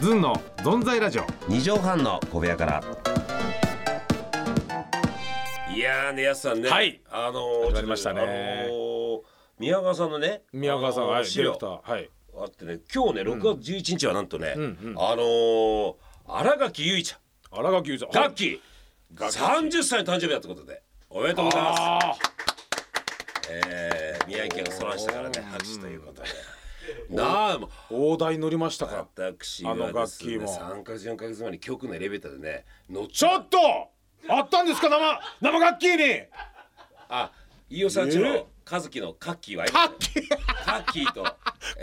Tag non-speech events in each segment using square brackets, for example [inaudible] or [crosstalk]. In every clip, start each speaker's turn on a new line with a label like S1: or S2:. S1: ずんのぞんざいラジオ
S2: 二畳半の小部屋から
S3: いやーねやすさんね、
S1: はい
S3: あのー、
S1: 始まりましたね
S3: ちょっとあのー宮川さんのね
S1: 宮川さん
S3: あのー
S1: はいデ
S3: 資
S1: ィレ
S3: 料
S1: クターはい
S3: あってね今日ね6月11日はなんとね、
S1: うんうん
S3: あのー、新垣結衣ち
S1: 荒垣雄
S3: ゃん
S1: さん
S3: 楽器30歳の誕生日だってことでおめでとうございます、
S1: あ
S3: えー、宮城県がそらしたからね拍手ということでなあもう
S1: ー大台乗りましたから
S3: 私
S1: あの
S3: はで
S1: 楽
S3: す
S1: 器
S3: ね
S1: も
S3: 3か4か月前に局のエレベーターでね乗っ
S1: ちょっとあったんですか生生楽器に
S3: あ飯尾さんち
S1: えー
S3: の和樹のカッキーはいる
S1: 楽器
S3: カッキーと、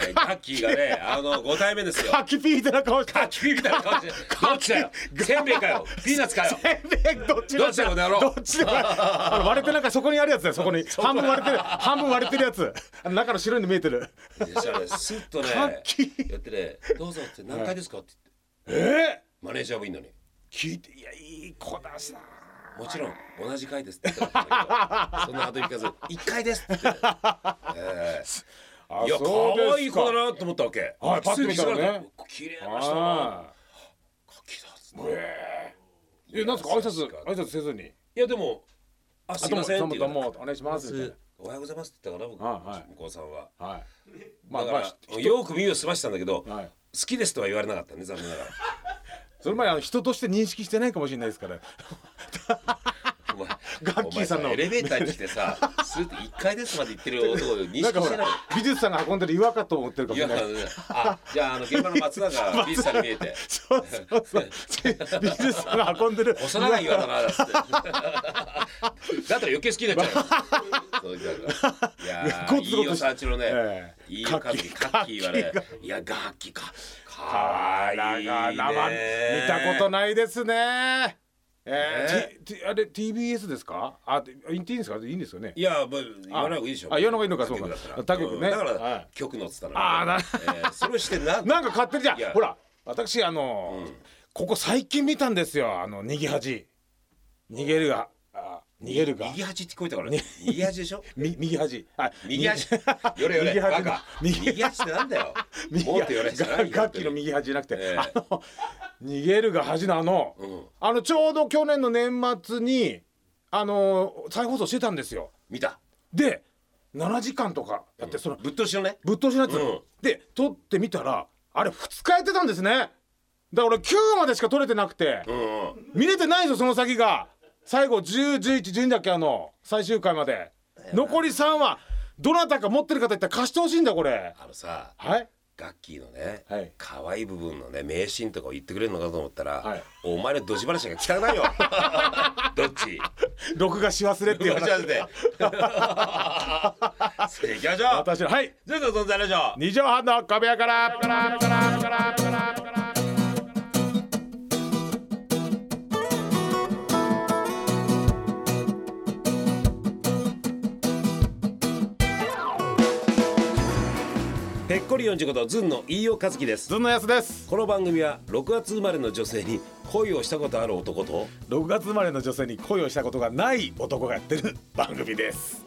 S3: えー、カッキーがね、あの五対目ですよ。
S1: 楽器ピーってな顔
S3: [laughs]
S1: して
S3: カッキーみたいな顔して、どっちだよ。せんべいかよ。ピーナッツかよ。
S1: えどっち
S3: どっちだこの野郎
S1: どっちでもないあの割れてなんかそこにあるやつだよそ
S3: [laughs]
S1: こに半分割れてる半分割れてるやつあの中の白いの見えてる
S3: そしたらね、スッとね、
S1: カッキー
S3: やってね、どうぞって何回ですかって言って、
S1: え
S3: マネージャーもいいのに。
S1: 聞いていやいい子だしな
S3: もちろん同じ回ですって言ったらそんな後行かず一回ですって [laughs] 言って、えー
S1: あ
S3: いや
S1: そうです
S3: 可愛い子だなと思ったわけ。
S1: はいパッと見たらね
S3: 普通に座ると綺麗な人だな。
S1: は
S3: カッキーだっつっ
S1: い
S3: て。
S1: ええなんですか挨拶挨拶せずに
S3: いやでも、あすいません
S1: ど
S3: っ
S1: う
S3: て
S1: も
S3: 言
S1: ど
S3: う
S1: う
S3: か
S1: も
S3: ら
S1: お願いしますみたい
S3: おはようございますって言ったか
S1: あ
S3: な
S1: はい
S3: 僕向こうさんは。
S1: なはいまあ
S3: だか
S1: ま
S3: ら
S1: あ
S3: よく耳を澄ましてたんだけど、
S1: はい
S3: 好きですとは言われなかったね残念なが
S1: それまであの人として認識してないかもしれないですから
S3: らお前
S1: [laughs] ガッキーさんの
S3: お前エレベーターに来てさスーッて1階ですまで行ってる男を認識
S1: [laughs] なんか
S3: し
S1: ほ
S3: て
S1: ら
S3: ない
S1: 美術さんが運んでる岩かと思ってるかも
S3: い
S1: し
S3: や
S1: れない
S3: あじゃああの現場の
S1: [laughs]
S3: 松永美術さんに見えて
S1: そうそうそう [laughs] 美術さんが運んでる
S3: 幼い岩だなだっつって
S1: [laughs]
S3: だったら余計好きになっちゃうよそう言ったからいや
S1: ゴ
S3: ー
S1: ツゴツ
S3: 飯尾さんちのね
S1: ええ
S3: 飯尾和樹カッキーはねいやガッキーかか
S1: あ
S3: わいいね
S1: らが生見たことないですね。え
S3: ね
S1: ー T T あれ TBS ですか？あ言っていいんですか？いいんですよね。
S3: いや、まあ、言わない方がいいでしょ
S1: あ言わない方がいいのかそうか他局ね
S3: うんだから、
S1: はい
S3: 曲のっつったの
S1: あーな
S3: えーそれしてな
S1: [laughs] なんか勝手にじゃ
S3: いや
S1: あほら私あのーここ最近見たんですよあの逃げ恥逃げるがあ逃げるが
S3: 右端って聞こえたからね右端でしょ
S1: み右恥あ
S3: 右端
S1: [laughs] 右
S3: [laughs] よれよれ
S1: 右
S3: バ
S1: 端の
S3: カ
S1: 右
S3: 右端ってなんだよ
S1: [laughs] 右
S3: もっとよれじゃないよ
S1: 楽器の右恥じゃなくて、
S3: ええ
S1: あの逃げるが恥のあの、
S3: うん
S1: あのちょうど去年の年末にあのー再放送してたんですよ。
S3: 見た
S1: で7時間とかやって、その
S3: ぶっ通しのね
S1: ぶっ通しのやつ、
S3: うん
S1: で撮ってみたらあれ2日やってたんですねだから俺9までしか撮れてなくて、
S3: うんうん
S1: 見れてないぞその先が最後101112だっけあの最終回まで残り3はどなたか持ってる方いったら貸してほしいんだこれ
S3: あのさ
S1: はい
S3: ガッキーのね、
S1: はい
S3: 可愛い部分のね名シーンとかを言ってくれるのかと思ったら、
S1: はい
S3: お前のドジ話が汚
S1: [laughs]
S3: いよどっち
S1: 録画し忘れっていう
S3: ドジ
S1: 話 [laughs]
S3: 話でそれ行きましょう
S1: 私のはい
S3: ずっと存在ラジオ
S1: 2畳半の壁屋からからからからからから
S3: ぺっこり45度ずんの飯尾和樹です
S1: ずんのやすです
S3: この番組は6月生まれの女性に恋をしたことある男と
S1: 6月生まれの女性に恋をしたことがない男がやってる番組です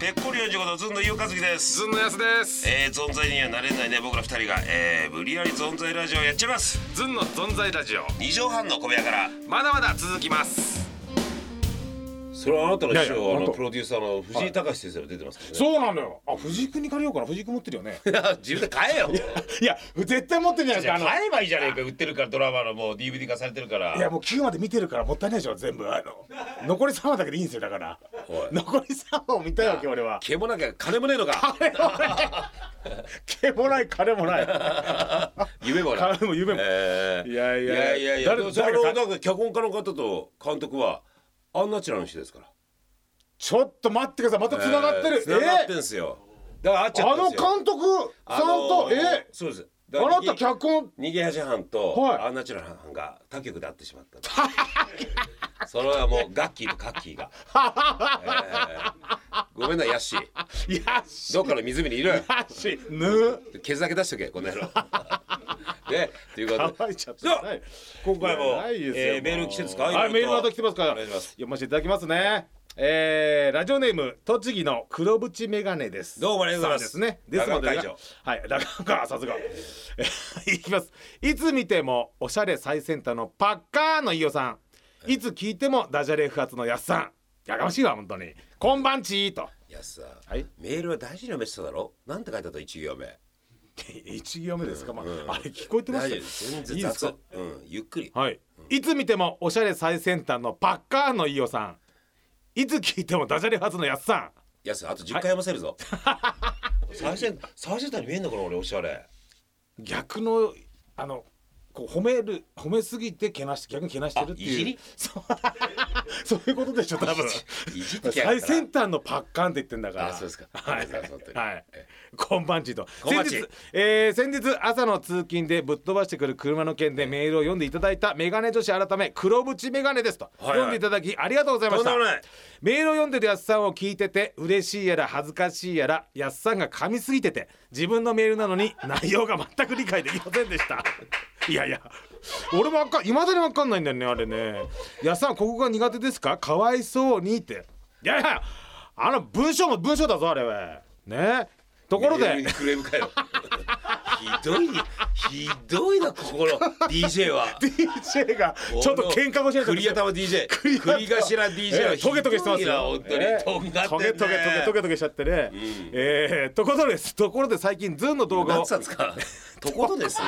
S3: ぺっこり45度ずんの飯尾和樹です
S1: ずんのやすです
S3: えー、存在にはなれないね僕ら二人が、えー、無理やり存在ラジオやっちゃいます
S1: ずんの存在ラジオ
S3: 二畳半の小部屋から
S1: まだまだ続きます
S3: それはあなたの
S1: いやい
S3: 師
S1: や
S3: 匠あ
S1: 本
S3: の
S1: 当
S3: プロデューサーの藤井隆先生が出てますからね
S1: そうなのよあ藤井君に借りようかな藤井君持ってるよね
S3: 自分で買えよもう
S1: [laughs] いや絶対持ってるじゃない
S3: じ
S1: ですか
S3: ゃあ
S1: あの
S3: 買えばいいじゃねえか売ってるからドラマのもう DVD 化されてるから
S1: いやもう9まで見てるからもったいないでしょ全部あの残り3話だけでいいんですよだから [laughs]
S3: おい
S1: 残り3話を見たいわけ俺は
S3: 毛もなきゃ金もねえ
S1: [laughs]
S3: のか
S1: 毛もない金もない [laughs]
S3: 夢もない
S1: 金も夢も
S3: えー
S1: いやいや
S3: いやいや
S1: 誰
S3: でもそれ
S1: 誰
S3: を
S1: が
S3: なんか脚本家の方と監督はアンナチュラルの人ですから
S1: ちょっと待ってくださいまた繋がってる、
S3: 繋がってんすよだからあっち
S1: え
S3: ゃ
S1: あ
S3: ったん
S1: の
S3: ですよ
S1: 監督さんと、
S3: あのー
S1: え
S3: そうですだから
S1: あなた脚本
S3: 逃げ恥班と
S1: はい
S3: アンナチュラル班が他局で会ってしまった [laughs] それはもうガッキーとカッキーが、えーごめんなヤッシー
S1: いやし
S3: どっかの湖にいる
S1: かしぬ
S3: ケツだけ出しとけこの野郎 [laughs] でということで
S1: 乾いちゃって
S3: さ
S1: な
S3: あ
S1: い
S3: 今回も
S1: ないですよ
S3: えーメール来てるんですか
S1: はい
S3: ろいろと
S1: メールまた来てますから
S3: お願いします
S1: 読ませていただきますねえーラジオネーム栃木の黒縁メガネです
S3: どうもありがとうございます
S1: さんですねですので
S3: ラガー会
S1: はいラガーかさすが [laughs] いきますいつ見てもおしゃれ最先端のパッカーの飯尾さんいつ聞いてもダジャレ不発のやっさんやかましいわ本当にこんばんちーと [laughs]
S3: いやさ、
S1: はい
S3: メールは大事なメッセージだろなんて書いてあった一行目
S1: 一行目ですか、まあ
S3: うん
S1: あれ聞こえてま
S3: 大
S1: した
S3: 丈夫全
S1: いい
S3: 然
S1: です
S3: 雑
S1: か
S3: うん、ゆっくり
S1: はい、いつ見てもおしゃれ最先端のパッカーの飯尾さんいつ聞いてもダジャレ発のやっさ
S3: やすあと10回読ませる
S1: [laughs]
S3: ぞ、最先最先端に見えんのかな俺おしゃれ
S1: ん逆のあのこう褒める褒めすぎてけなし逆にけなしてるっていう
S3: あいじり
S1: そう [laughs] そういうことでしょ多分
S3: いじってきやがっ
S1: 最
S3: たな
S1: 先端のパッカーンって言ってんだから
S3: あそうですか
S1: は
S3: あ
S1: い
S3: りがとうございます本当に
S1: はいこんばんちと
S3: こんばんち
S1: 先日、えー先日朝の通勤でぶっ飛ばしてくる車の件でメールを読んでいただいたメガネ女子改め黒縁メガネですと、
S3: はいはい
S1: 読んでいただきありがとうございました
S3: とんでもない
S1: メールを読んでるやっさんを聞いてて嬉しいやら恥ずかしいやらやっさんが噛みすぎてて自分のメールなのに [laughs] 内容が全く理解できませんでした [laughs] いやいや俺もわかいまだに分かんないんだよねあれねやっさんここが苦手ですかかわいそうにっていやいやあの文章も文章だぞあれはねところ
S3: メール
S1: で
S3: にクレームかよひどいひどいなここの DJ は
S1: DJ が [laughs] ちょっと喧嘩腰になっちゃった
S3: 栗頭 DJ [laughs] 栗頭 DJ は
S1: えートゲトゲしてます
S3: ひどいな
S1: よ。
S3: 本当に、
S1: えー
S3: とんがってん
S1: ト
S3: ね
S1: ゲトゲトゲトゲトゲしちゃってね。えーところです。ところで最近ズンの動画
S3: な
S1: を
S3: んつったんで
S1: [laughs]
S3: すかところです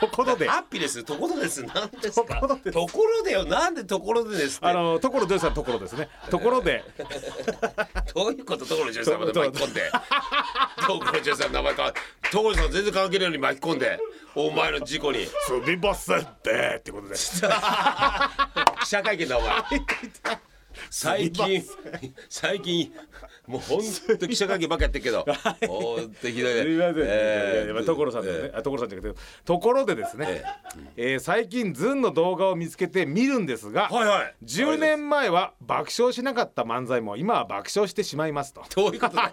S1: ところで。
S3: ハッピーですところですなんですか
S1: ところです
S3: ところでよなんでところでですって
S1: あのところでさんところですね。ところで、
S3: どういうこと所ジョージさんまで巻き込んで所ジョージさんの名前か所ジョージさん全然関係ないのに巻き込んでお前の事故に
S1: すみませんってってことで。
S3: [laughs] 記者会見だお前最近最近もう本当記者会見ばっかやってるけど本当ひどいね
S1: すみません。
S3: えー
S1: いやいやところさんですね。あところさんじゃなくてところでですね。
S3: え
S1: えー最近ズンの動画を見つけて見るんですが、
S3: はいはい
S1: 10年前は爆笑しなかった漫才も今は爆笑してしまいますと。
S3: どうい
S1: [laughs]
S3: うことだ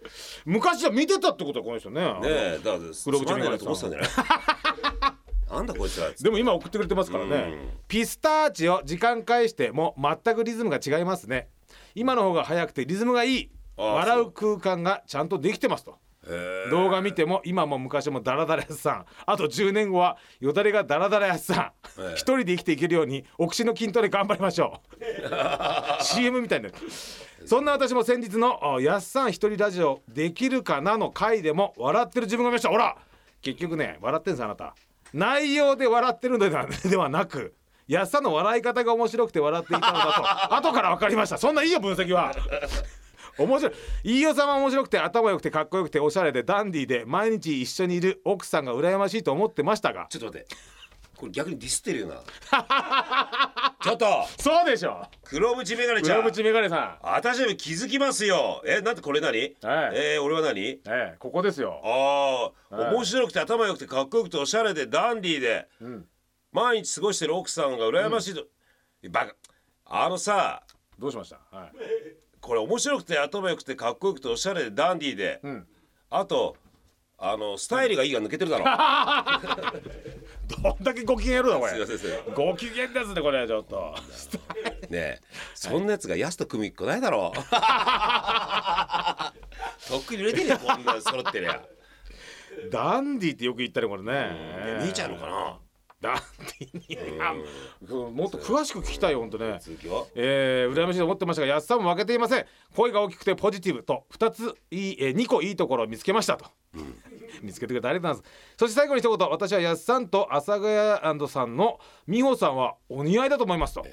S3: ね
S1: 昔は見てたってことはこの人ね。
S3: えだからつ
S1: 黒口
S3: まんな
S1: メガ
S3: いな
S1: ネ
S3: と思ってたんじゃないなんだこいつら
S1: でも今送ってくれてますからねピスターチを時間返しても全くリズムが違いますね今の方が早くてリズムがいい
S3: ああ
S1: 笑う空間がちゃんとできてますと
S3: へ
S1: 動画見ても今も昔もダラダラやさんあと10年後はよだれがダラダラやさん、
S3: ええ
S1: 一人で生きていけるようにお口の筋トレ頑張りましょ
S3: [laughs]
S1: う CM みたいになるそんな私も先日のあ「やっさん一人ラジオできるかな」の回でも笑ってる自分がいましたほら結局ね笑ってんすあなた内容で笑ってるのでは [laughs] ではなくやっさんの笑い方が面白くて笑っていたのだと後から分かりましたそんないいよ分析は面白い飯尾さんは面白くて頭良くてかっこよくておしゃれでダンディーで毎日一緒にいる奥さんが羨ましいと思ってましたが
S3: ちょっと待ってこれ逆にディスってるよなちょっと
S1: そうでしょ
S3: 黒縁メガネちゃ
S1: 黒
S3: ん
S1: 縁メガネさ
S3: 私でも気づきますよえなんてこれ何、えー俺は何
S1: んええここですよ
S3: ああ、
S1: はい
S3: 面白くて頭良くてかっこよくておしゃれでダンディーで、毎日過ごしてる奥さんが羨ましいと、バカあのさ
S1: どうしましたはい
S3: これ面白くて頭良くてかっこよくておしゃれでダンディーで、
S1: ん
S3: あとあのスタイルがいいが抜けてるだろ、
S1: どんだけご機嫌やるだこ
S3: すいません
S1: れ
S3: すいません
S1: ご機嫌ですねこれちょっと
S3: ねえそんなやつが安と組みっこない
S1: [laughs]
S3: だろとっくに売れてるよこんな揃ってりゃ
S1: ダンディーってよく言ったねこれね
S3: 見えちゃうのかな
S1: ダンディーにあもっと詳しく聞きたいよほんとね
S3: 続きは
S1: えー、羨ましいと思ってましたが安さんも負けていません声が大きくてポジティブと2ついい、え2個いいところを見つけましたと、見つけてくれてありがとうございますそして最後に一言私は安さんと阿佐ヶ谷さんの美穂さんはお似合いだと思いますと、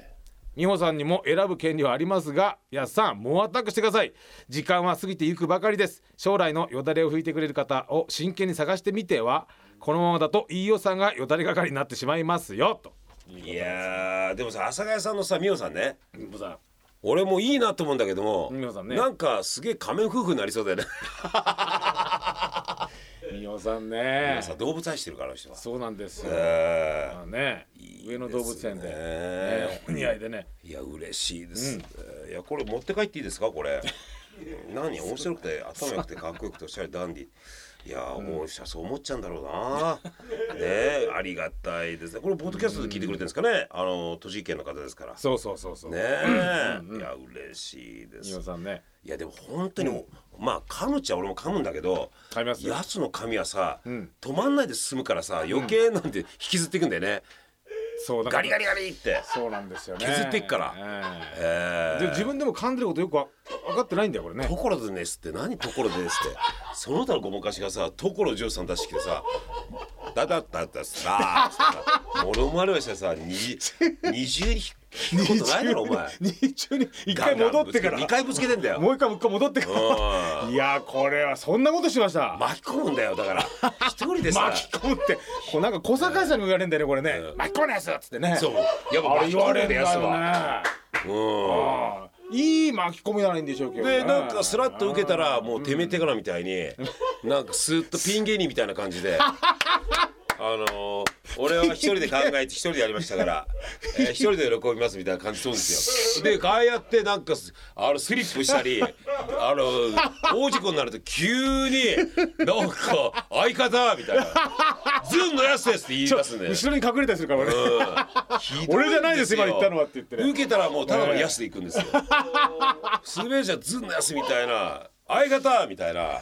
S1: 美穂さんにも選ぶ権利はありますが安さん猛アタックしてください時間は過ぎていくばかりです将来のよだれを拭いてくれる方を真剣に探してみてはこのままだと飯尾さんがよだれ係になってしまいますよと
S3: いやーでもさ阿佐ヶ谷さんのさ美穂さんね
S1: 美穂さん
S3: 俺もいいなと思うんだけども、
S1: 美穂さんね
S3: なんかすげえ仮面夫婦になりそうだよね
S1: 美穂さんね
S3: さ動物愛してるからあ
S1: [laughs]
S3: の人は、
S1: そうなんですよ。
S3: え
S1: まあね、
S3: ー
S1: 上野動物園で、
S3: いい
S1: ね
S3: すね
S1: お似合いでね。
S3: いや嬉しいです、いやこれ [laughs] 持って帰っていいですかこれ何面白くて頭良くてかっこよくておしゃれダンディいやーもうさそう思っちゃうんだろ
S1: [laughs]
S3: うなねえありがたいですねこれポッドキャストで聞いてくれてるんですかねあの栃木県の方ですからね
S1: そうそうそうそう。
S3: えいや嬉しいです
S1: 伊代さんね。
S3: いやでも本当にもう、まあ噛むっちゃ俺も噛むんだけど
S1: 噛みますよ
S3: やつの噛みはさ、
S1: ん
S3: 止まんないで進むからさ余計なんて引きずっていくんだよね、
S1: そうだ
S3: ガリガリガリって
S1: そうなんですよね。
S3: 削っていくから
S1: え
S3: え
S1: えで
S3: ー、
S1: 自分でも噛んでることよくわ分かってないんだよこれね
S3: と。ころでねすって何ところでですってその他のごまかしがさところじょうさん出してきてさ「ダダダダスラー」つってさモノマネをしてさに二重に引くことないだろお前
S1: 二重に一回戻ってから。
S3: 2回ぶつけてんだよ
S1: もう一回もう一回戻ってから。
S3: う
S1: いやーこれはそんなことしました。
S3: 巻き込むんだよだから一人でさ
S1: 巻き込むってこうなんか小堺さんにも言われるんだよねこれね、
S3: うん
S1: 巻き込むやつっつってね
S3: そうやっぱ
S1: あれ
S3: 巻き
S1: 言わ
S3: 込
S1: れ
S3: む
S1: る
S3: ん
S1: ん
S3: だ
S1: だ
S3: やつは
S1: よね
S3: うん
S1: いい巻き込みならいいんでしょうけどね
S3: でなんかスラッと受けたらもうてめえてからみたいになんかスーッとピン芸人みたいな感じ
S1: [laughs]
S3: であのー俺は一人で考えて一人でやりましたから、えー一人で喜びますみたいな感じそうですよでああやってなんかすあのスリップしたりあの大事故になると急になんか相方みたいな「ズンのやつです」って言い出すんで
S1: 後ろに隠れたりするから俺、ね俺じゃないです今言ったのはって言ってね
S3: 受けたらもうただの安で行くん
S1: [laughs]
S3: ですよ滑りじゃずんの安みたいな相方みたいな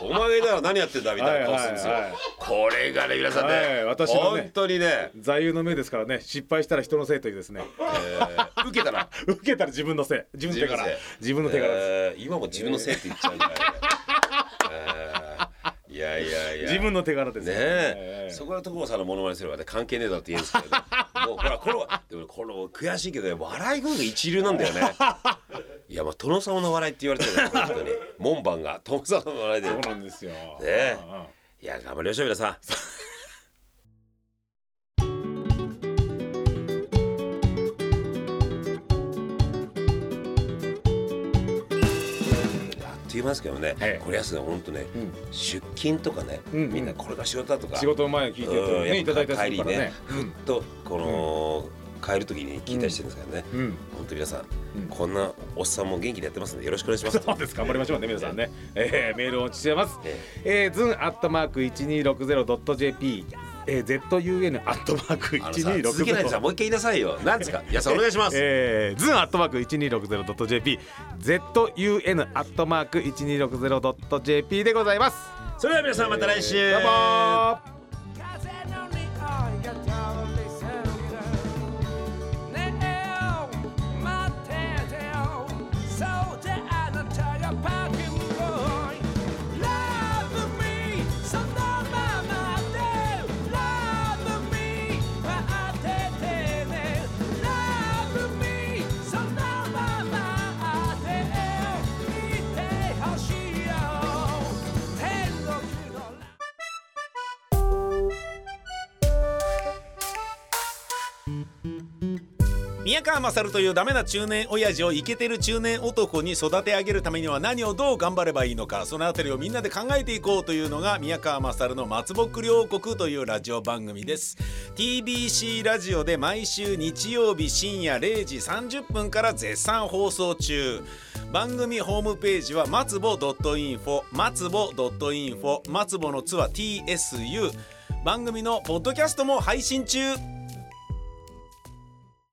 S3: お前なら何やってんだみたいな顔するんですよ、
S1: はいはいはい
S3: これがね皆さんね,、
S1: はい私のね
S3: 本当にね、
S1: 座右の銘ですからね失敗したら人のせいというです
S3: [laughs]
S1: ね
S3: えー受けたら
S1: 受けたら自分のせい自分の手から自
S3: 自
S1: 分
S3: 分
S1: の
S3: の
S1: 手か
S3: 手から
S1: で
S3: ら
S1: す、
S3: えー今も自分のせいって言っちゃうんじゃない、えーいやいやいや
S1: 自分の手柄です
S3: ね
S1: え
S3: え、そこは所さんのモノマネすればね関係ねえだって言うんですけど、ね、
S1: [laughs]
S3: もうほらこのでもこの悔しいけどね笑い声が一流なんだよ
S1: [laughs]
S3: ねいやまあ殿様の笑いって言われてるよ本当に門番が殿様の笑いで
S1: そうなんですよ、ね
S3: えいや頑張りましょう皆さんあっという間ですけどね、
S1: はい
S3: これやすが本当ね、
S1: ん
S3: 出勤とかね、
S1: うんうん
S3: みんなこれが仕事だとか
S1: 仕事の前に聞いてると
S3: うん
S1: ねいただいたり
S3: 帰
S1: するか
S3: り
S1: らね
S3: ねふっとこの、帰る時に聞いたりしてるんですからね、
S1: うんうん
S3: 本当皆さん、
S1: うん
S3: こんなおっさんも元気でやってますんでよろしくお願いします
S1: [laughs] そうです頑張りましょうね皆さんね、えー、メールをお待ちしてます
S3: え
S1: えー、ズンアットマーク 1260.jp えー、ZUN アットマーク
S3: あのさ続けないでさ
S1: 1260.jp
S3: もう一回言いなさいよな
S1: [laughs]
S3: んですか皆さんお願いします、
S1: えー、ズンアットマーク 1260.jp ZUN アットマーク 1260.jp でございます
S3: [laughs] それでは皆さんまた来週、
S1: どうも
S4: Cause I don't need oh, all your dolly soldiers. Now, my tattoo, soldier, I don't tell your pocket boy. Love me, so no mama do. Love me, but I did it. Love me, so no mama do. Ite hoshio, tendo kilo.
S5: 宮川勝というダメな中年親父をイケてる中年男に育て上げるためには何をどう頑張ればいいのかそのあたりをみんなで考えていこうというのが宮川勝の「松ぼっくり王国」というラジオ番組です TBC ラジオで毎週日曜日深夜0時30分から絶賛放送中番組ホームページは松ぼ .info 松ぼ .info 松ぼのツは TSU 番組のポッドキャストも配信中